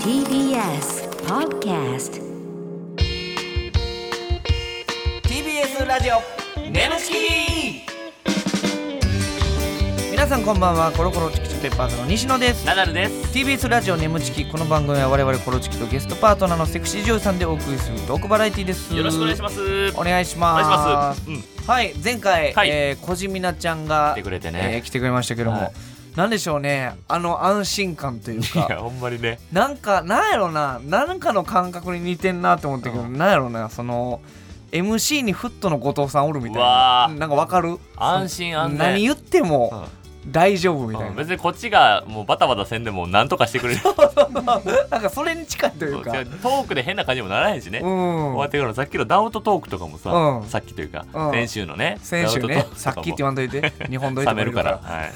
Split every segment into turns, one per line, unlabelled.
TBS Podcast
TBS ラジオネムチキ皆さんこんばんはコロコロチキチキペッパーズの西野です
ナダルです。
TBS ラジオネムチキこの番組は我々コロチキとゲストパートナーのセクシー女優さんでお送りするトークバラエティです
よろしくお願いします。
お願いします
お願いしますうん
はい前回、
はい
えー小島なちゃんが
来てくれてね
えー来てくれましたけども、
はい
なんでしょうねあの安心感という
い
か
や、ほんまにね。
なんかなんやろななんかの感覚に似てんなって思ったけど、なんやろなその MC にフットの後藤さんおるみたいう
わ
な
ー
なんかわかる
安心安全。
何言って
うん
も大丈夫みた
う
い
ん
な、
別にこっちがもうバタバタせんでも何とかしてくれる。そう
なんかそれに近いというか
違うトークで変な感じにもならへんしね。
う
終わっ
ん
てからさっきのダウトトークとかもさ、
うん
さっきというか、
うん
先週のね
先週
ダウ
ね
トトークとかも
さっきって言わんとい て日本撮り
冷
と
めるからはい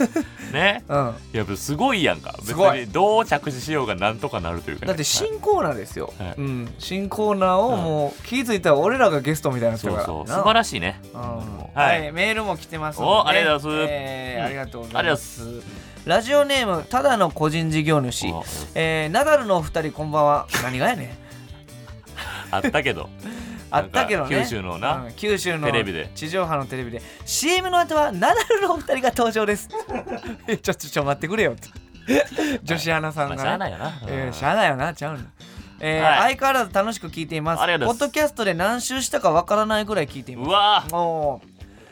ね
らうん
いやすごいやんか別
すごい
にどう着地しようがなんとかなるというかね、
だって
はい
新コーナーですよ、
はい
うん、新コーナーをもう気づいたら俺らがゲストみたいになって
そ
る
う
から
そう
な
素晴らしいね
うん
は
はいい、メールも来てますので
おありがとうございます
えー
うん
ありがとうご
あ
ざい
り
ま
がと
す。ラジオネームただの個人事業主
お、
えー、ナダルのお二人こんばんは。何がやねん。
あったけど
あったけどね。
なんか九州のな
うん九州の
テレビで
地上波のテレビで CM の後はナダルのお二人が登場です。 えちょちょちょ待ってく れよって。女子アナさん
ま
が、
あ
ね
しゃあないよな、
え
うん
ー、しゃあないよなちゃうの。えー
はい
相変わらず楽しく聞いています。
ありがとう
ポ
ご
ッ
ざいます
ドキャストで何周したかわからないぐらい聞いていうます。
わ
お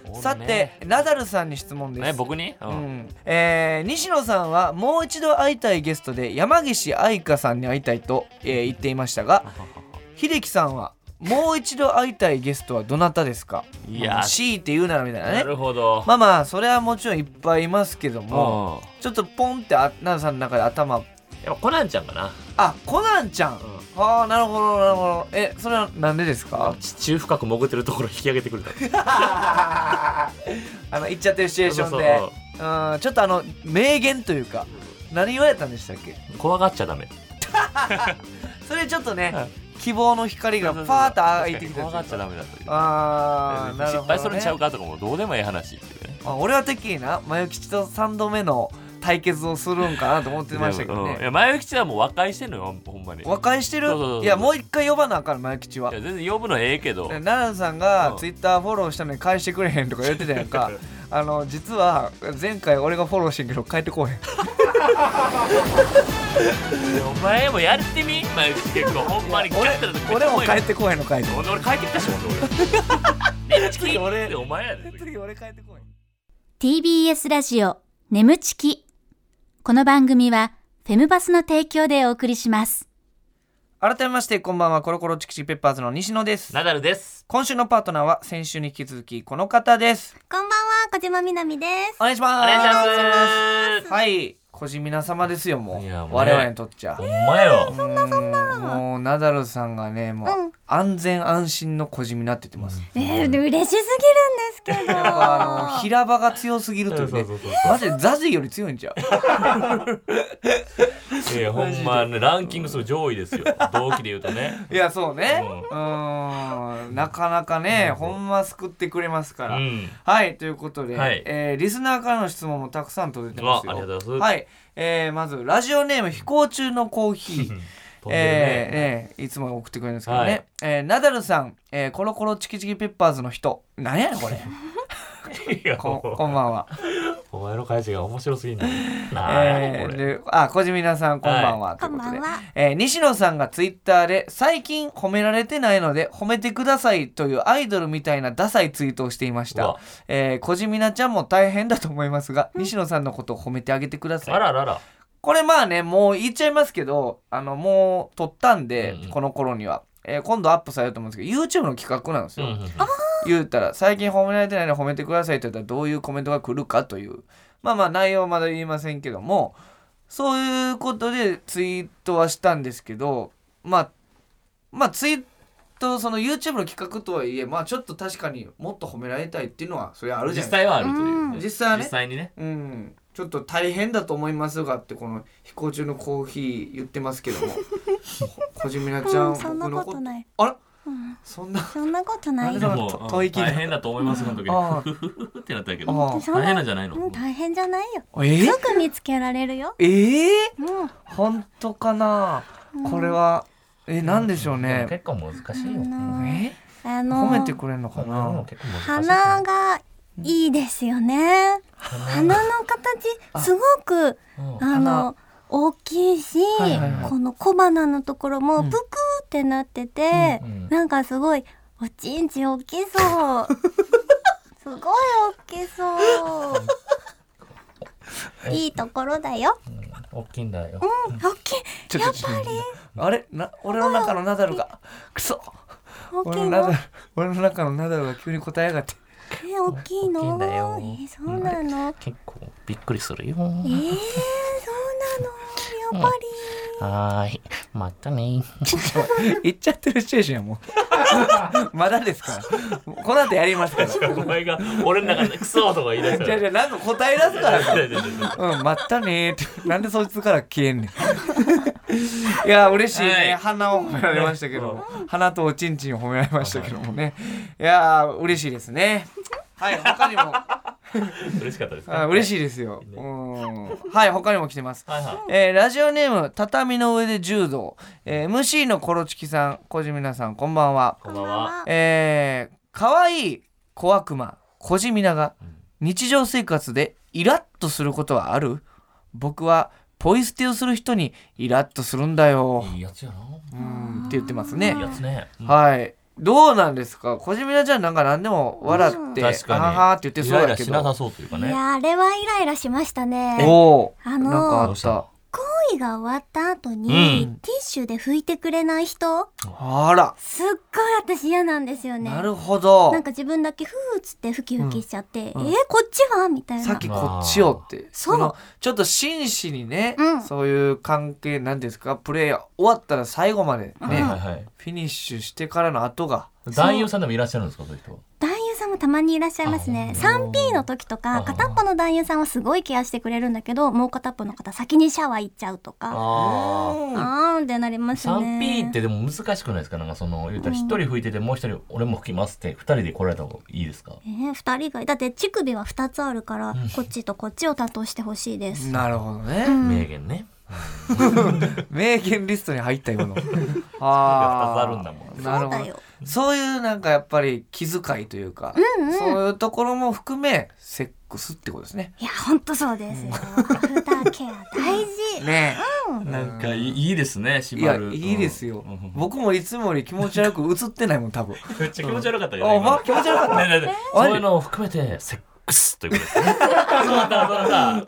ー
ー
さて、ナダルさんに質問です。
ね、僕に、う
うんんえー西野さんはもう一度会いたいゲストで山岸愛香さんに会いたいと、えー言っていました が秀樹さんはもう一度会いたいゲストはどなたですか
いや
まあ強いて言うならみたいな
な
ね
るほど、
まあまあそれはもちろんいっぱいいますけども
も
ちょっとポンってあナダさんの中で頭
うんやっぱコナンちゃんかな
あコナンちゃん、ああなるほどなるほどえそれはなんでです か
地中深く潜ってるところ引き上げてくれた
あの行っちゃってるシチュエーションで
そう
うんちょっとあの名言というか何言われたんでしたっけ
怖がっちゃダメ
それちょっとね、
はい
希望の光がパーッと開いてきた
怖がっちゃ
だ
ダメだという
あーなるほ
失
ど、ね、
敗するんちゃうかとかもどうでもええ話っていうね
あ俺はてっきりなマヨ吉と3度目の対決をするんかなと思ってましたけど
うんい
ね
や前吉はもう和解してんのよほんまにい
和解してる
そうそうそうそう
いやもう一回呼ばなあかんマヨ吉は
や全然呼ぶのええけど
奈良さん
う
が
ん
ツイッターフォローしたのに返してくれへんとか言ってたやん かあの実は前回俺がフォローしてんけど返ってこ うへん
お前もやってみ前吉結構ほんまに帰ったら
俺俺も返ってこうへんの 返って
俺俺帰ってきたしほんと 俺ねチキ俺お前やで
次俺帰ってこい
TBS ラジオ眠ちきこの番組はフェムバスの提供でお送りします
改めましてこんばんはコロコロチキチキペッパーズの西野です
ナダルです
今週のパートナーは先週に引き続きこの方です
こんばんは小島みなみです
お願いします
お願いします
はい小島様ですよもう
いやもうね
我々にとっちゃ
ほんまよ
そんなそんなもうナダルさんがねもう、
うん
安全安心の小島って言ってます、
えー、嬉しすぎるんですけど
やっ ぱあの平場が強すぎるというね
そうそうそう
マジでザジより強いんちゃう
いやほんまねランキング数上位です よ同期で言うとね
いやそうね
うん
うーんなかなかねほんま救ってくれますから、
うん
はいということで、
はい
えーリスナーからの質問もたくさん届いてますよ
うわありがとうございます
はい、えーまずラジオネーム飛行中のコーヒー
飛んでるね
えーえーいつも送ってくれるんですけどね、
はい
えーナダルさん、えーコロコロチキチキペッパーズの人なんやねん これ
いや
こ
もう
こんばんは、
お前の返しが面白すぎんだよなあ
え
こ
ー、
れ
であ小島さんこんばんは、と
こ
いうんこと
ば
で
んは
えー西野さんがツイッターで最近褒められてないので褒めてくださいというアイドルみたいなダサいツイートをしていまし
う
た
わ、
えー、小島なちゃんも大変だと思いますが、西野さんのことを褒めてあげてくださ
あ
い
ららら
これまあねもう言っちゃいますけどあのもう撮ったんで、
うんうん
この頃には、えー今度アップされると思うんですけど YouTube の企画なんです
うん
よ、
うんうん
言うたら最近褒められてないのに褒めてくださいと言ったらどういうコメントが来るかというまあまあ内容はまだ言いませんけどもそういうことでツイートはしたんですけどまあまあツイートその YouTube の企画とはいえまあちょっと確かにもっと褒められたいっていうのはそれあるじ
実
ゃない
際はあるという
実際はね
実際にね
うんちょっと大変だと思いますがってこの飛行 中のコーヒー言ってますけども小島ちゃん
うんそんな
僕の
ことない
あらそんな
そんなことない
あ
よ
れだ
も
と
うん
吐息が
大変だと思いますその時
あー
ふふふふってなったけど
あ
そん
大変なんじゃないの
うん大変じゃないよ
えー
すぐ見つけられるよ
ええ
も
本当かなこれはえなんでしょうね
結構難し
う
いよ。
あの
え
あの
褒めてくれんのか
こんな
な
の結構難しい。
鼻がいいですよね鼻の形すごく
うん
あの大きいし、
はいはいはい
この小鼻のところも
ん
ぷくーってなってて、
うんうん
なんかすごいおちんちん大きそうすごい大きそういいところだよ、
大きいんだよ。
うん、大きい
ちょっとちょっとあれな俺の中のナダルがくそ
大き
俺
い
のナダ
の
ル俺の中のナダルが急に答えやがって
え大きいの
大きいんだよ
えーそうなの
結構びっくりするよ。
えー、そうなのやっぱり、
はーい。またね。
言っちゃってるシチュエーションやもう まだですからこの後やります からじ
お前が俺の中でクソとか言い出した
ゃあ
ら
じゃあなんか答え出すから
いやいやいやいや
うん、まったねーって。なんでそいつから消えんねん。いや、嬉しいね。
はい
鼻を褒められましたけども、鼻とおちんちんを褒められましたけどもね。いやー、嬉しいですね。はい、他にも、
嬉しかったです
あ嬉しいですよ。うん。はい、他にも来てます。
はいは
えーラジオネーム、畳の上で柔道。えー MC のコロチキさん、小島さん、こんばんは。
いこんばんは
えー、かわいい小悪魔小地味なが日常生活でイラッとすることはある僕はポイ捨てをする人にイラッとするんだよ
いいやつやな。
うんって言ってますね
いいやつね。
はいどうなんですか小地味なちゃんなんか何でも笑って、
確かに
あはーって言って
い
そう
イラ
だ
イラ
け
しな
ど
さそうというか
い
ね
やあれはイライラしましたね
おお、
あのー
なんかあ
ど
っ
うした
た
行為が終わった後に、
うん
ティッシュで拭いてくれない人
あら
すっごい私嫌なんですよね
なるほど
なんか自分だけふーっつってふきふきしちゃって、
うんうん
えーこっちはみたいな
さっきこっちをって
そう
のちょっと真摯にね、
うん
そういう関係なんですかプレー終わったら最後までね、
はいはい
フィニッシュしてからの後が
男優さんでもいらっしゃるんですかそういう人
男優さんもたまにいらっしゃいますね 3P の時とか
あ
片っぽの男優さんはすごいケアしてくれるんだけどもう片っぽの方先にシャワー行っちゃうとか
あ
あーんってなりますね
3P ってでも難しくないですかなんかその言うたら一人吹いててもう一人俺も吹きますって二人で来られた方がいいですか
えー、2人がだって乳首は2つあるから、こっちとこっちを担当してほしいです、
なるほど ね、
うん
名言ね。
名言リストに入った よの
二つあるんだもん
んなる
そう
ほ
だ
ど
よ
そういうなんかやっぱり気遣いというか、そういうところも含めセックスってことですね
いやほんとそうですよ、アフターケア大 事
ね
なんかいいいいですね
え
縛
いや
る。
いいですよ、
うんうん
僕もいつもより気持ち悪く映ってないもん多分
めっちゃ気持ち悪かったけ
あほ
ど
ん
今
ま気持ち悪かった
ねねね
そういうのを含めてセッ
クスということですね。そうだそうだ。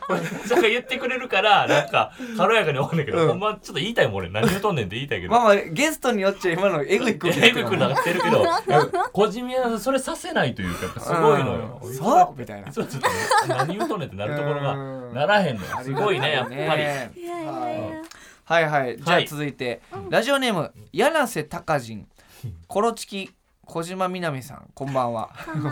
それ言ってくれるからなんか軽やかに思うんだけど、
うん
ほんまちょっと言いたいもん俺何言うとんねんって言いたいけど。
まあまあゲストによっちゃ今のエグいく
えぐくなってるけど、小島はそれさせないというかやっぱすごいのよ。
そうみたいな
そうちょっとね何言うとんねんってなるところが
うん
ならへんのよ。すごいねやっぱり。
いやいやいや
はいはいじゃあ
はい
続いて、ラジオネーム柳瀬隆人コロチキ小島みなみさんこんばんは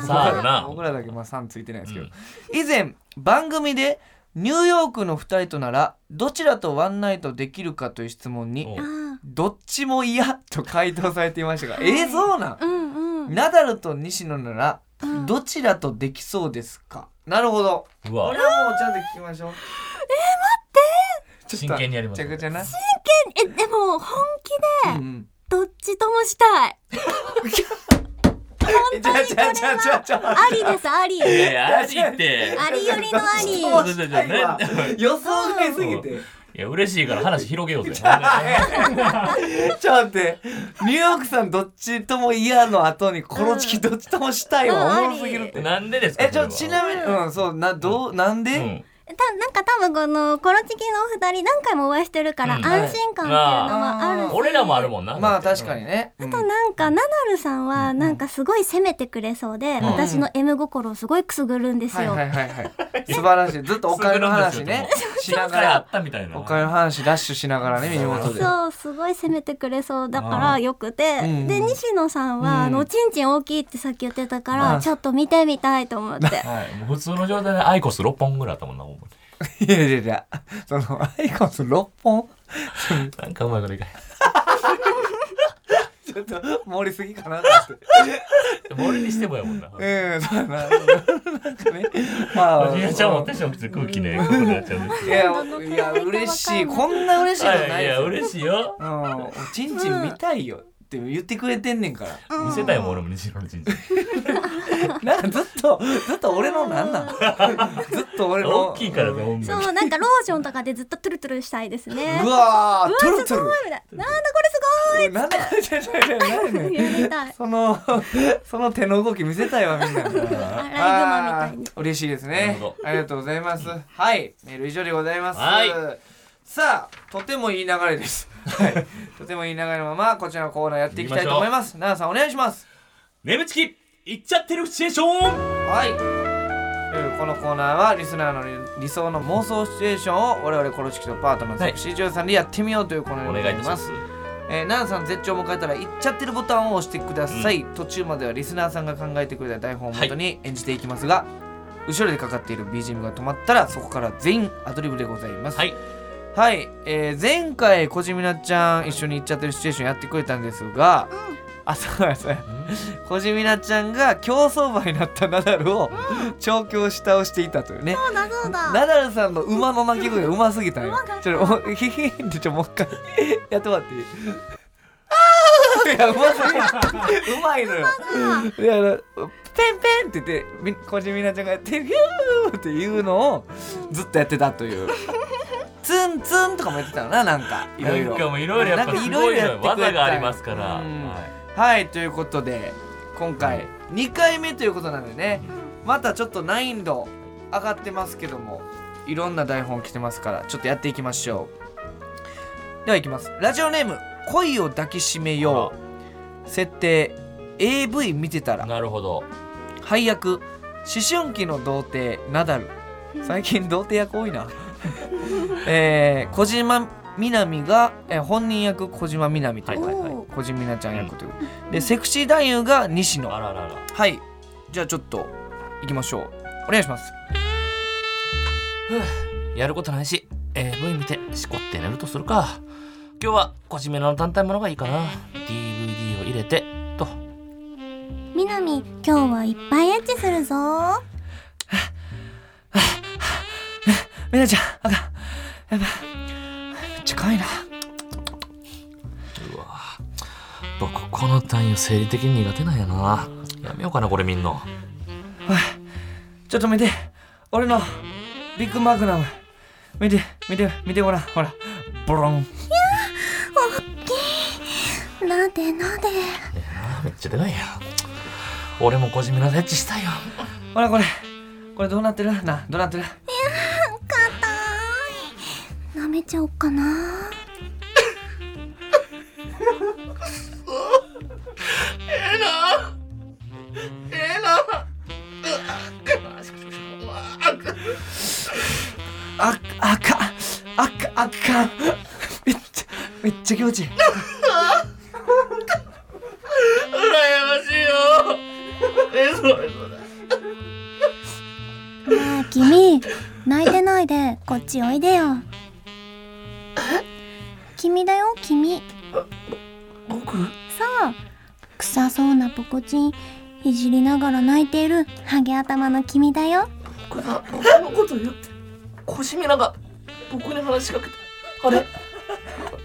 さああるな
僕らだけまあ3ついてないですけど、以前番組でニューヨークの2人とならどちらとワンナイトできるかという質問に
お
あ
どっちも嫌と回答されていましたが、
い
えー、そうなん
ーうんうん
ナダルと西野なら
うん
どちらとできそうですか、なるほど
ク
こ
は
れはもうちゃんと聞きましょうえ待って
真剣にやります
めちゃくちゃな、
えでも本気
う
で
んうん
どっちともしたい
じゃあじゃあじゃあじゃあじゃあ
ありですあり
い
あ
やいやありって。
りよりのあり
どう
い
したいわ予想外すぎて
いや嬉しいから話広げようぜ。
ちょっと待ってニューヨークさんどっちとも嫌の後にコロチキどっちともしたいはおもろすぎるって
なんでですか。
えちょ
そ
ち
れは
なみにうんそうなどうなん
う
で
ん
たなんか多分このコロチキのお二人何回もお会いしてるから
うん
安心感っていうのはあるし、
あー
俺らもあるもんな。
まあ確かにねうん
あとなんかナダルさんはなんかすごい責めてくれそうで、
ん
私の M 心をすごいくすぐるんです
はい
よ、
はいはいはい 素晴らしいずっとお金の話ねしな
なん
が
かあっ
ら
たみたいな。
お金の話ラッシュしながらね耳元で
そうすごい責めてくれそうだからよくて、
うん
で西野さんは、
うん
あのおちんちん大きいってさっき言ってたから、
まあ
ちょっと見てみたいと思って
はい、もう普通の状態でアイコス6本ぐらいあったもんな、ほんまに
いやいやいやそのアイコス6本
なんかうまいこといかない。
ちょちょっと盛りすぎかなって。
俺にしてもやもんな。
うん、そうだな。なんかね。まあ。
ジュニアちゃんも私の口空気ね、ここになっちゃうんです
いや、いや、嬉しい。こんな嬉しいの
は、
ないいで
いや、
すよ。
嬉しいよ。
うん、おちんちん見たいよって言ってくれてんねんから。
見せたいもん、俺も西野の人生。
なんかずっと、ずっと俺のなんなん。ずっと俺の。
大きいからね、ほんまに。
そうなんかローションとかでずっとトゥルトゥルしたいですね。
うわー、トゥルトゥ
すごいみたいな。なんだこ
ル。なんだ、ちょちょちょ何
れすごい。
ね。
やりたい。
その、 その手の動き見せたいわ、みんな。
マみたいに
あー嬉しいです
なる
ね
ほど。
ありがとうございます。はい、メール以上でございます。
はい
さあ、とてもいい流れです。はい、とてもいい流れのまま、こちらのコーナーやっていきたいと思います。奈々さん、お願いします。
眠ちき、いっちゃってるシチュエーション。
はい。えーこのコーナーはリスナーの理理想の妄想シチュエーションを我々コロチキとパートナーのセクシー女優さんでやってみようというコーナーで
お
ご
願いい
ざい
たし
ま
ますす。。
えー、ナナさん絶頂を迎えたら「いっちゃってる」ボタンを押してください、途中まではリスナーさんが考えてくれた台本をもとに演じていきますが、後ろでかかっている BGM が止まったらそこから全員アドリブでございます
はい、
はいえー前回こじみなちゃん一緒に「いっちゃってる」シチュエーションやってくれたんですが、あそうなんですねこじみなちゃんが競走馬になったナダルを調教し倒していたというね
そうだそうだ。
ナダルさんの馬の鳴き声がうますぎたんよ
馬が
ちょっとおヒヒヒってちょもう一回やってもらっていいああいやうますぎるうまいのよいやあのペンペンって言ってみ小島みなちゃんがやってヒューっていうのをずっとやってたというツンツンとかもやってたのななんかいろい
なんか
ろ
もういろいろやっぱすごいのよ
なんかいろいろやってくれた
技がありますから。
うん
は
はいということで今回2回目ということなんでねまたちょっと難易度上がってますけどもいろんな台本来てますからちょっとやっていきましょうではいきますラジオネーム「恋を抱きしめよう」設定 AV 見てたら
いなるほど。
配役思春期の童貞ナダル最近童貞役多いな えー、小島みなみが、えー本人役小島みなみという、
はいはいはい
小島みなちゃん役という、でセクシー男優が西野
あららら。
はいじゃあちょっと行きましょうお願いします
やることないし、えー V 見てしこって寝るとするか。今日はこじめの単体ものがいいかな。DVD を入れてと。
みなみ、今日はいっぱいエッチするぞ。
みなちゃんあかんやばいめっちゃ可愛いな
僕この単位生理的に苦手なんやな。やめようかなこれみんな。
ちょっと見て俺のビッグマグナム見て見て見てごらんほらボロン
なでなで。
あめっちゃでかいや。俺もこじめのエッチしたいよ。
ほらこれこれどうなってるなどうなってる
舐めちゃおっかな。
ああかんあかあかんめっちゃめっちゃ気持ちいい
あ君、泣いてないで、こっちおいでよ。君だよ、君。僕さあ、臭そうなポコチン、いじりながら泣いている、ハゲ頭の君だよ。
僕が僕のこと言ってこじめなが僕に話しかけてあれ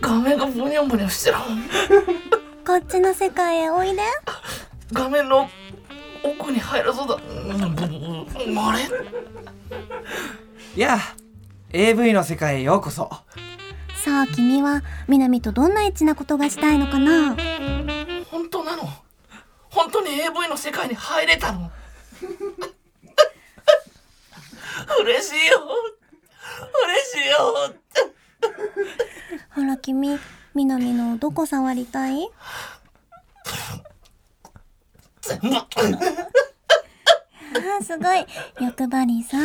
画面がブニョンブニョンしてる。
こっちの世界へおいで。
画面の奥に入らそうだ。うんぶぶぶあれ
いや AV の世界へようこそ
さあ、君は、みなみとどんなエッチなことがしたいのかな
本当なの本当に AV の世界に入れたの嬉しいよ嬉しいよ
ほら、君、みなみのどこ触りたい
全部
ああ、すごい。欲張りさん。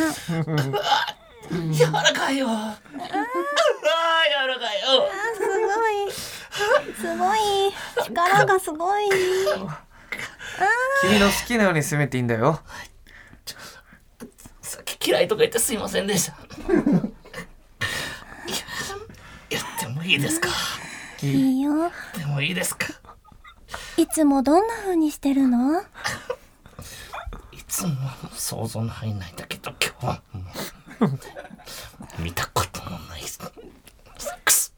柔らかいよあー柔らかいよ
すごい。すごい。力がすごい。
君の好きなように進めていいんだよ
さっき嫌いとか言ってすいませんでした言ってもいいですか
いいよ。
でもいいですか
いつもどんな風にしてるの
いつも想像の範囲内だけど今日はもう見たことのないセックス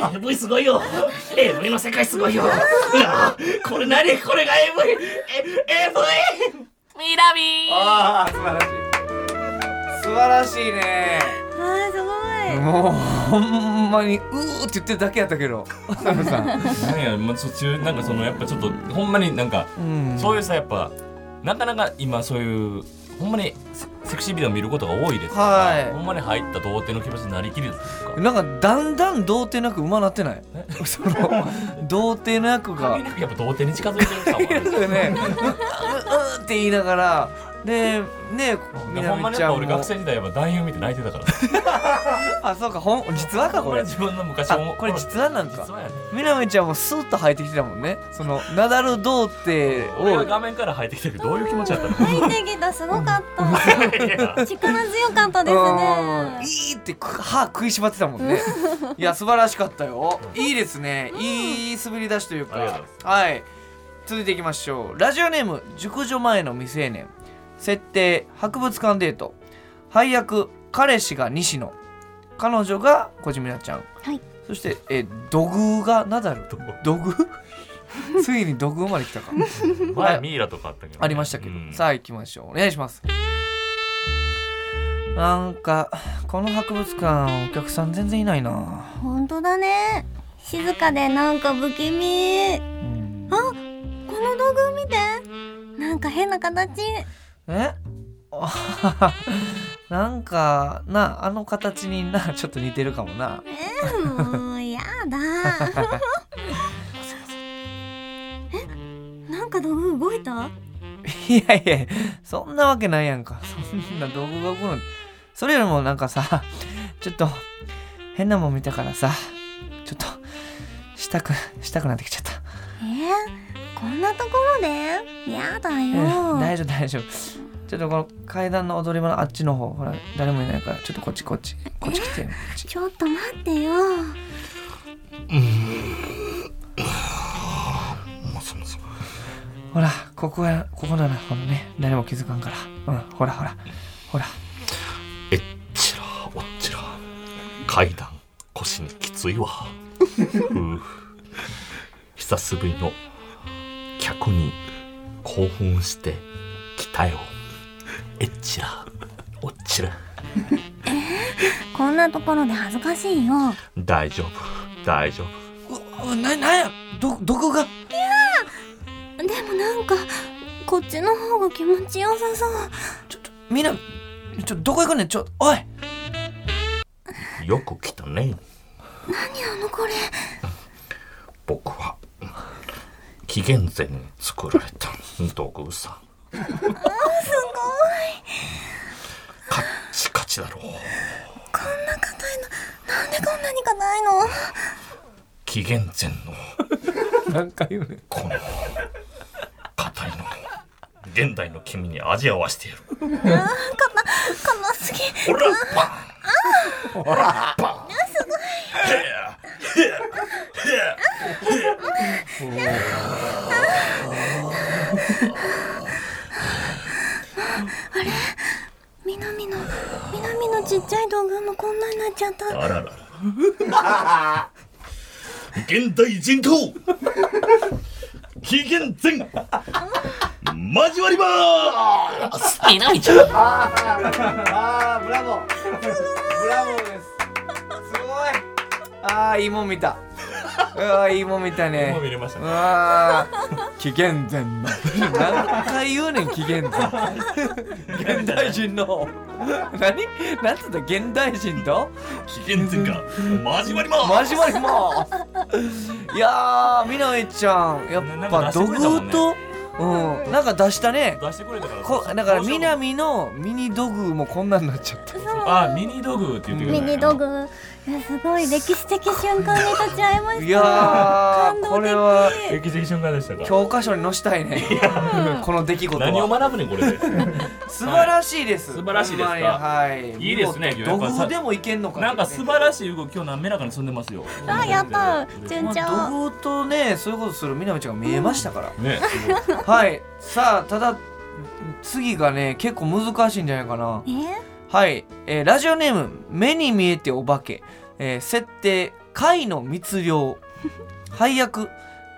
ああすごい AV すごいよ AV の世界すごいよあこれ何これが AV え AV
ミラミー
ああ素晴らしい素晴らしいね
あーすご
もうほんまにうーって言ってるだけやったけどサムさん、
なんや、まあ、途中なんかそのやっぱちょっとほんまになんか、
うん
そういうさやっぱなかなか今そういうほんまにセセクシービデオ見ることが多いですから、
はい
ほんまに入った童貞の気持ちになりきるというか。
なんかだんだん童貞なく馬なってない その童貞の役が
なんかやっぱ童貞に近づいてるかも。
ねうううって言いながらでね
ほ
みなん
まに
みち
や
ゃ
っぱ
ん
俺
も
学生時代やっぱ男優見て泣いてたから。
あそうかほん実話か
こ
こ
れ
れ
自分の昔
あ
思う
これ実話なんか
実話やね。
みなみちゃんもスーッと入ってきてたもんねそのナダル童貞
俺は
を
画面から入ってきてるどういう気持ちだったの？
い入ってきたすごかった
いや
力強かったです
うん
ね
いいって歯食いしばってたもん ねいや素晴らしかったよいいですねいい滑り出しという
ありがと
か
うござい
はい続いていきましょうラジオネーム熟女前の未成年設定博物館デート配役彼氏が西野彼女が小島なちゃん、
はい
そしてえ土偶がナダル
どう
土偶 ついに土偶まで来たか
前ミイラとかあったけどね、
ありましたけど、
うん
さあ行きましょうお願いしますなんかこの博物館お客さん全然いないな
本当だね静かでなんか不気味
うん
この道具見てなんか変な形
え あなんかなあの形になちょっと似てるかもな
えー、もうやだ えなんか道具動いた
いやいやそんなわけないやんかそんな道具が来るのそれよりもなんかさちょっと変なもん見たからさちょっとしたくしたくなってきちゃった
えー、こんなところでやだ
うん
よ
大丈夫大丈夫ちょっとこの階段の踊り場のあっちの方ほら誰もいないからちょっとこっちこっちこっち来てこっち
ちょっと待ってよ
ほらここやここだなこのね誰も気づかんからうんほらほらほら
えっちらおっちら階段腰にきつ いわふう久しぶりの客に興奮してきたよえっちらおっちら
こんなところで恥ずかしいよ
大丈夫大丈夫
ううななんやど毒が
でもなんかこっちの方が気持ちよさそう
ちょっとみんなちょどこ行くねんちょおい
よく来たね
あのこれ
僕は紀元前に作られた道具さすごいカッチカチだろう
なんでこんなに硬いの
紀元前の
何回言うねん
この硬いの現代の君に味合わせてやる
硬すぎ
オラパンオラパン
南の南のちっちゃい道具もこんなになっちゃった
あららら現代人口紀元前交わりますみなみちゃん
ああブラボーブラボーですすごいああいいもん見たうわーいいもん見たね
もう見れました
う
ね。
わあ紀元前の何回言うねん紀元前現代人の何何つった現代人と
紀元前が交わります
マジマリもいやーみなみちゃんやっぱ土偶と、うん、なんか出したね
出してくれたから
こだから南のミニドグもこんなんなっちゃ った
あミニドグって言ってくれ
ミ
たんや
ニドグいやすごい歴史的瞬間に立ち会えました
いやーこれは
歴史的瞬間でしたか
教科書に載せたいねこの出来事は
何を学ぶねんこれで
素晴らしいです、
素晴らしいですか
ほんまにはい
いいですね
見事
やっぱ
土偶
さ
でもいけんのか
なんか素晴
しい
らしい動き今日滑らかに進んでますよ
あやった順調
土偶とねそういうことするみなみちゃんが見えましたから、
ね
はいさあただ次がね結構難しいんじゃないかな
えー
はい、えーラジオネーム「目に見えてお化け」えー設定「貝の密漁」配役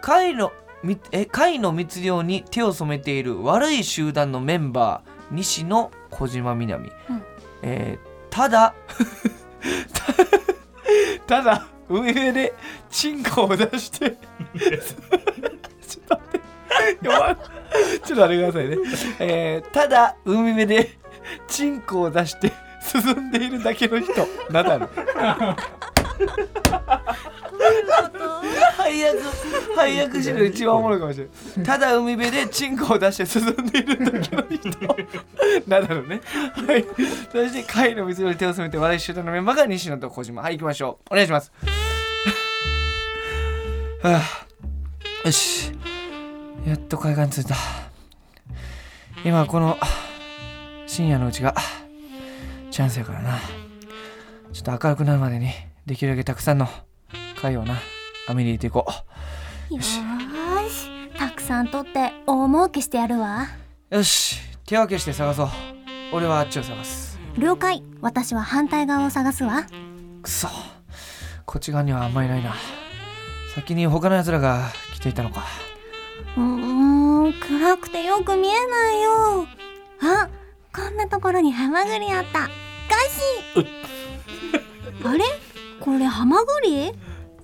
貝のみえ貝の密漁に手を染めている悪い集団のメンバー西野小島みなみ、
ん
えーただ ただ上でチンコを出して ちょっと待ってやばいちょっと待ってくださいね、えーただ海辺でチンコを出して 進んでいるだけの人ナ ダル配役配役史の一番おもろいかもしれないただ海辺でチンコを出して進んでいるだけの人 ナダルねはいそして貝の水より手を染めて笑い集団のメンバーが西野と小島はい行きましょうお願いします はあ、よしやっと海岸に着いた今この深夜のうちがチャンスやからなちょっと明るくなるまでにできるだけたくさんの貝をな網に入れていこ
よーしたくさん取って大儲けしてやるわ
うよし手分けして探そう俺はあっちを探す
了解私は反対側を探すわ
くそこっち側にはあんまりないな先に他の奴らが来ていたのか
うーん暗くてよく見えないよあこんなところにハマグリあった ガシあれこれハマグリ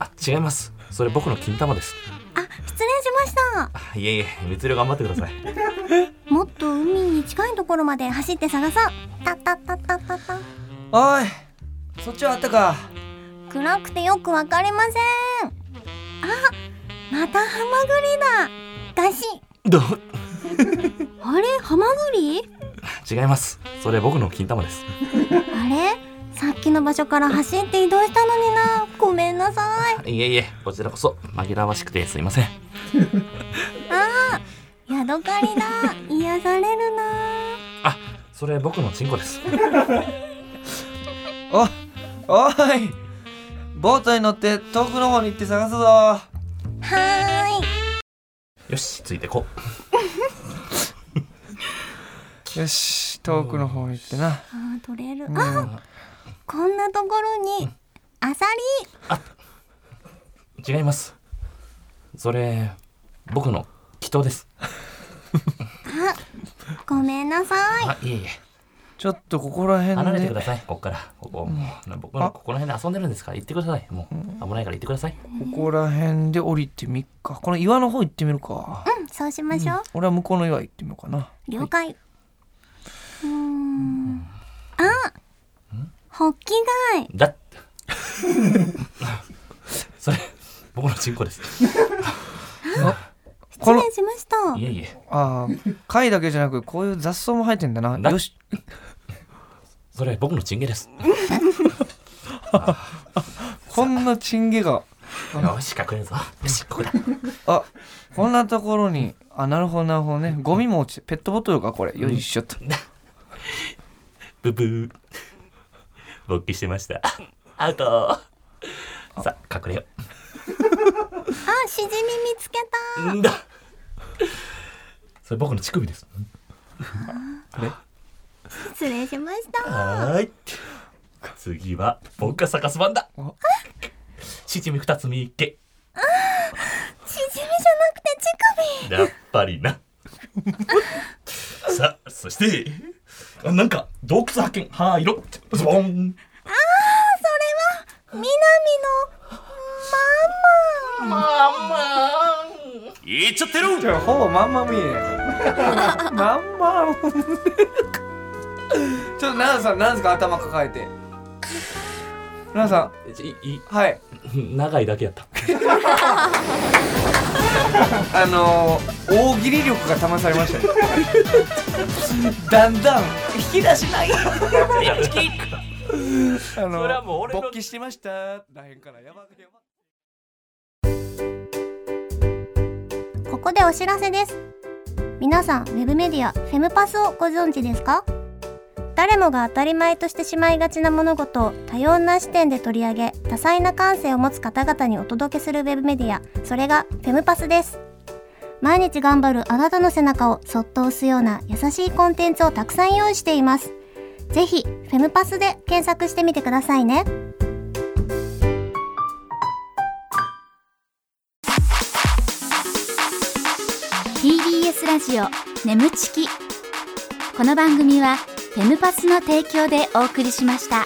あ違いますそれ僕の金玉です
あ失礼しました
あいえいえ密漁頑張ってください
もっと海に近いところまで走って探そうタッタッタッタッタッタ
おいそっちはあったか
暗くてよくわかりませんあまたハマグリだガシ
ど
あれハマグリ
違いますそれ僕の金玉です
あれさっきの場所から走って移動したのになごめんなさ
あいえいえこちらこそ紛らわしくてすいません
いヤドカリだ癒されるな
あそれ僕のチンコです
おおいボートに乗って遠くの方に行って探すぞ
はーい
よしついてこ
よし遠くの方に行ってな、
あー取れる
うん
あこんなところにアサリ
違いますそれ僕の祈祷です
ごめんなさい
あいえいえ
ちょっとここら
離
辺
れて
で
くださいここからここもうな僕のここら辺で遊んでるんですから行ってくださいもう危ないから行ってください
ここら辺で降りてみっかこの岩の方行ってみるか、
うんそうしましょう、
俺は向こうの岩行ってみようかな
了解うーんあホッキ貝
だっ それ僕のチンコです
この
失礼しました
いえいえ
あー貝だけじゃなくこういう雑草も生えてんだな
な
よし
それ僕のチンゲです
こんなチンゲが
よし隠れるぞよしここだ
あこんなところにあなるほどなるほどねゴミも落ちてペットボトルかこれよいしょっと
ブブー勃起してましたアウトさあ隠れよ
あシジミ見つけた
うんだそれ僕の乳首です
失礼しました
はーい次は僕が探す番だ
お
シジミ二つ見っけ
シジミじゃなくて乳
やっぱりなさあそしてあなんか洞窟発見灰色ズボン
首南
まあまあ言っちゃってる
じゃあほぼまんま見えない まんまもんねちょっと奈良さんなんですか頭抱えて奈良さん
いい
はい
長いだけやった。
あのー、大喜利力が試されましたね だんだん引き出しないあの
それはもう俺の
勃起してましたらへんからやばやば
ここでお知らせです皆さんウェブメディアフェムパスをご存知ですか誰もが当たり前としてしまいがちな物事を多様な視点で取り上げ多彩な感性を持つ方々にお届けするウェブメディアそれがフェムパスです毎日頑張るあなたの背中をそっと押すような優しいコンテンツをたくさん用意していますぜひフェムパスで検索してみてくださいね
ー TBS ラジオ眠ちきこの番組はフェムパスの提供でお送りしました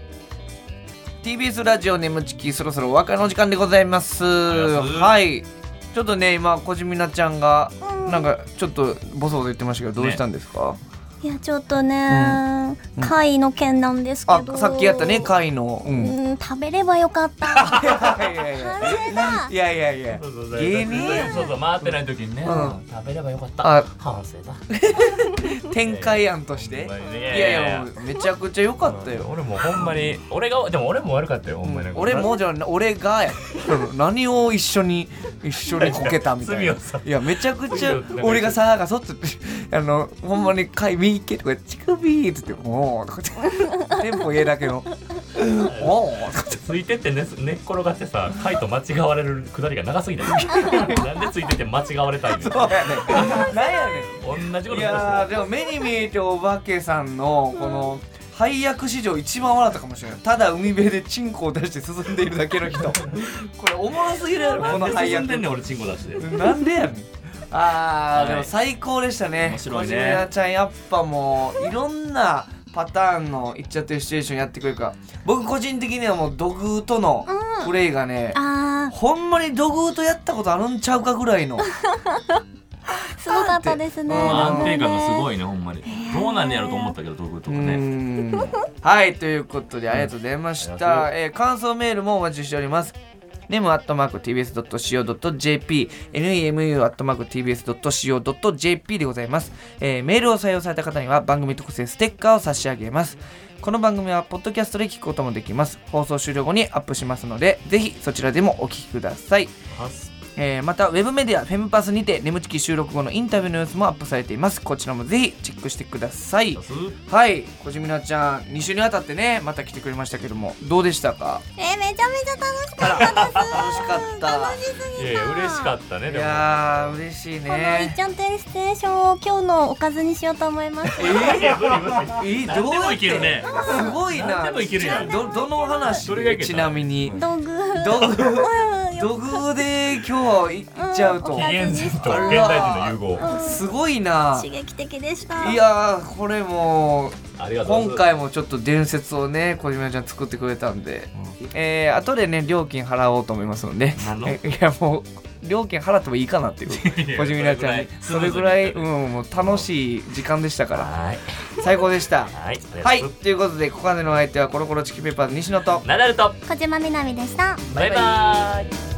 い TBS ラジオ眠ちきそろそろお別れの時間でございますはいちょっとね今小島なちゃんがなんかちょっとボソボソ言ってましたけどどうしたんですか、
いやちょっとね、
ん
会の件なんです
あさっきやったね貝のうん い
うん、食べればよ かった。
やいやいや
反省だ。
いやいやいや
そうそうそう
芸人
そうそう回ってない時にね、
うん
食べればよかった
あ
反省だ
展開案として
い
いやいやもうめちゃくちゃ良かったよ
俺もほんまに俺がでも俺も悪かったよほんまに、
俺もじゃあ俺がや うん何を一緒に一緒にこけたみたい
罪
な
をさ
いやめちゃくち
罪
ゃ
をなんか
俺がさがそっとあのほんまに「かい右行け」とか「乳首」っつって「おー」と かってテンポ家だけの「おー」とかって
ついてって寝す寝っ転がってさカイと間違われるくだりが長すぎ たよなんでついてって間違われたん
そう
よ
やね んなんやねん
同じこと
い
しま
やーでも目に見えてお化けさんのこの配役史上一番笑ったかもしれないただ海辺でチンコを出して進んでいるだけ の人これおもろすぎるやろこの
すよ
配
進んで
役
んねん俺チンコ出して
なんでやねんあー、
はい
でも最高でしたね
面白いね
小島ちゃんやっぱもういろんなパターンのいっちゃってるシチュエーションやってくれるから僕個人的にはもう土偶とのプレイがね、
あ
ほんまに土偶とやったことあるんちゃうかぐらいの
あ、すごかったですね。
うん
安定感がす
い。
ごいねほんまにどうなんねやろと思ったけど道具と
う
かね
ーんはいということでありがとうございました、えー感想メールもお待ちしておりますネムアットマーク TBS.CO.JP NEMU アットマーク TBS.CO.JP でございます、えーメールを採用された方には番組特製ステッカーを差し上げますこの番組はポッドキャストで聞くこともできます放送終了後にアップしますのでぜひそちらでもお聞きくださいえーまたウェブメディアフェムパスにて眠ちき収録後のインタビューの様子もアップされていますこちらもぜひチェックしてくださいはい小島なちゃん2週にわたってねまた来てくれましたけどもどうでしたか
えー、めちゃめちゃ楽し
あ
か
ら
っ
楽しかった
いやいや嬉しかったね
い
でも
やー嬉しい
た。このいっ
ね
ちゃんてステーションを今日のおかずにしようと思います。
え
何でもいけるね
すごいな
何でもいけるやん
どどの話
どれがいけた
ちなみに
道具。
道具
うんよ
道具で今日はいっちゃうと
うん
紀元前と現代人の融合
すごいな
刺激的でした。
いやーこれもう
ありがとう
今回もちょっと伝説をね小島ちゃん作ってくれたんで、えー後でね料金払おうと思いますので
何の
え いやもう料金払ってもいいかなっていう小島ちゃんにそ
そ
れ
れ
ぐ
ぐ
ら
ら
い
い
うんもう楽しい時間でしたから
はい
最高でした
はい
はいということでここまでのお相手はコロコロチキペーパーズ西野と
ナダルと
小島みなみでした。
バイバイ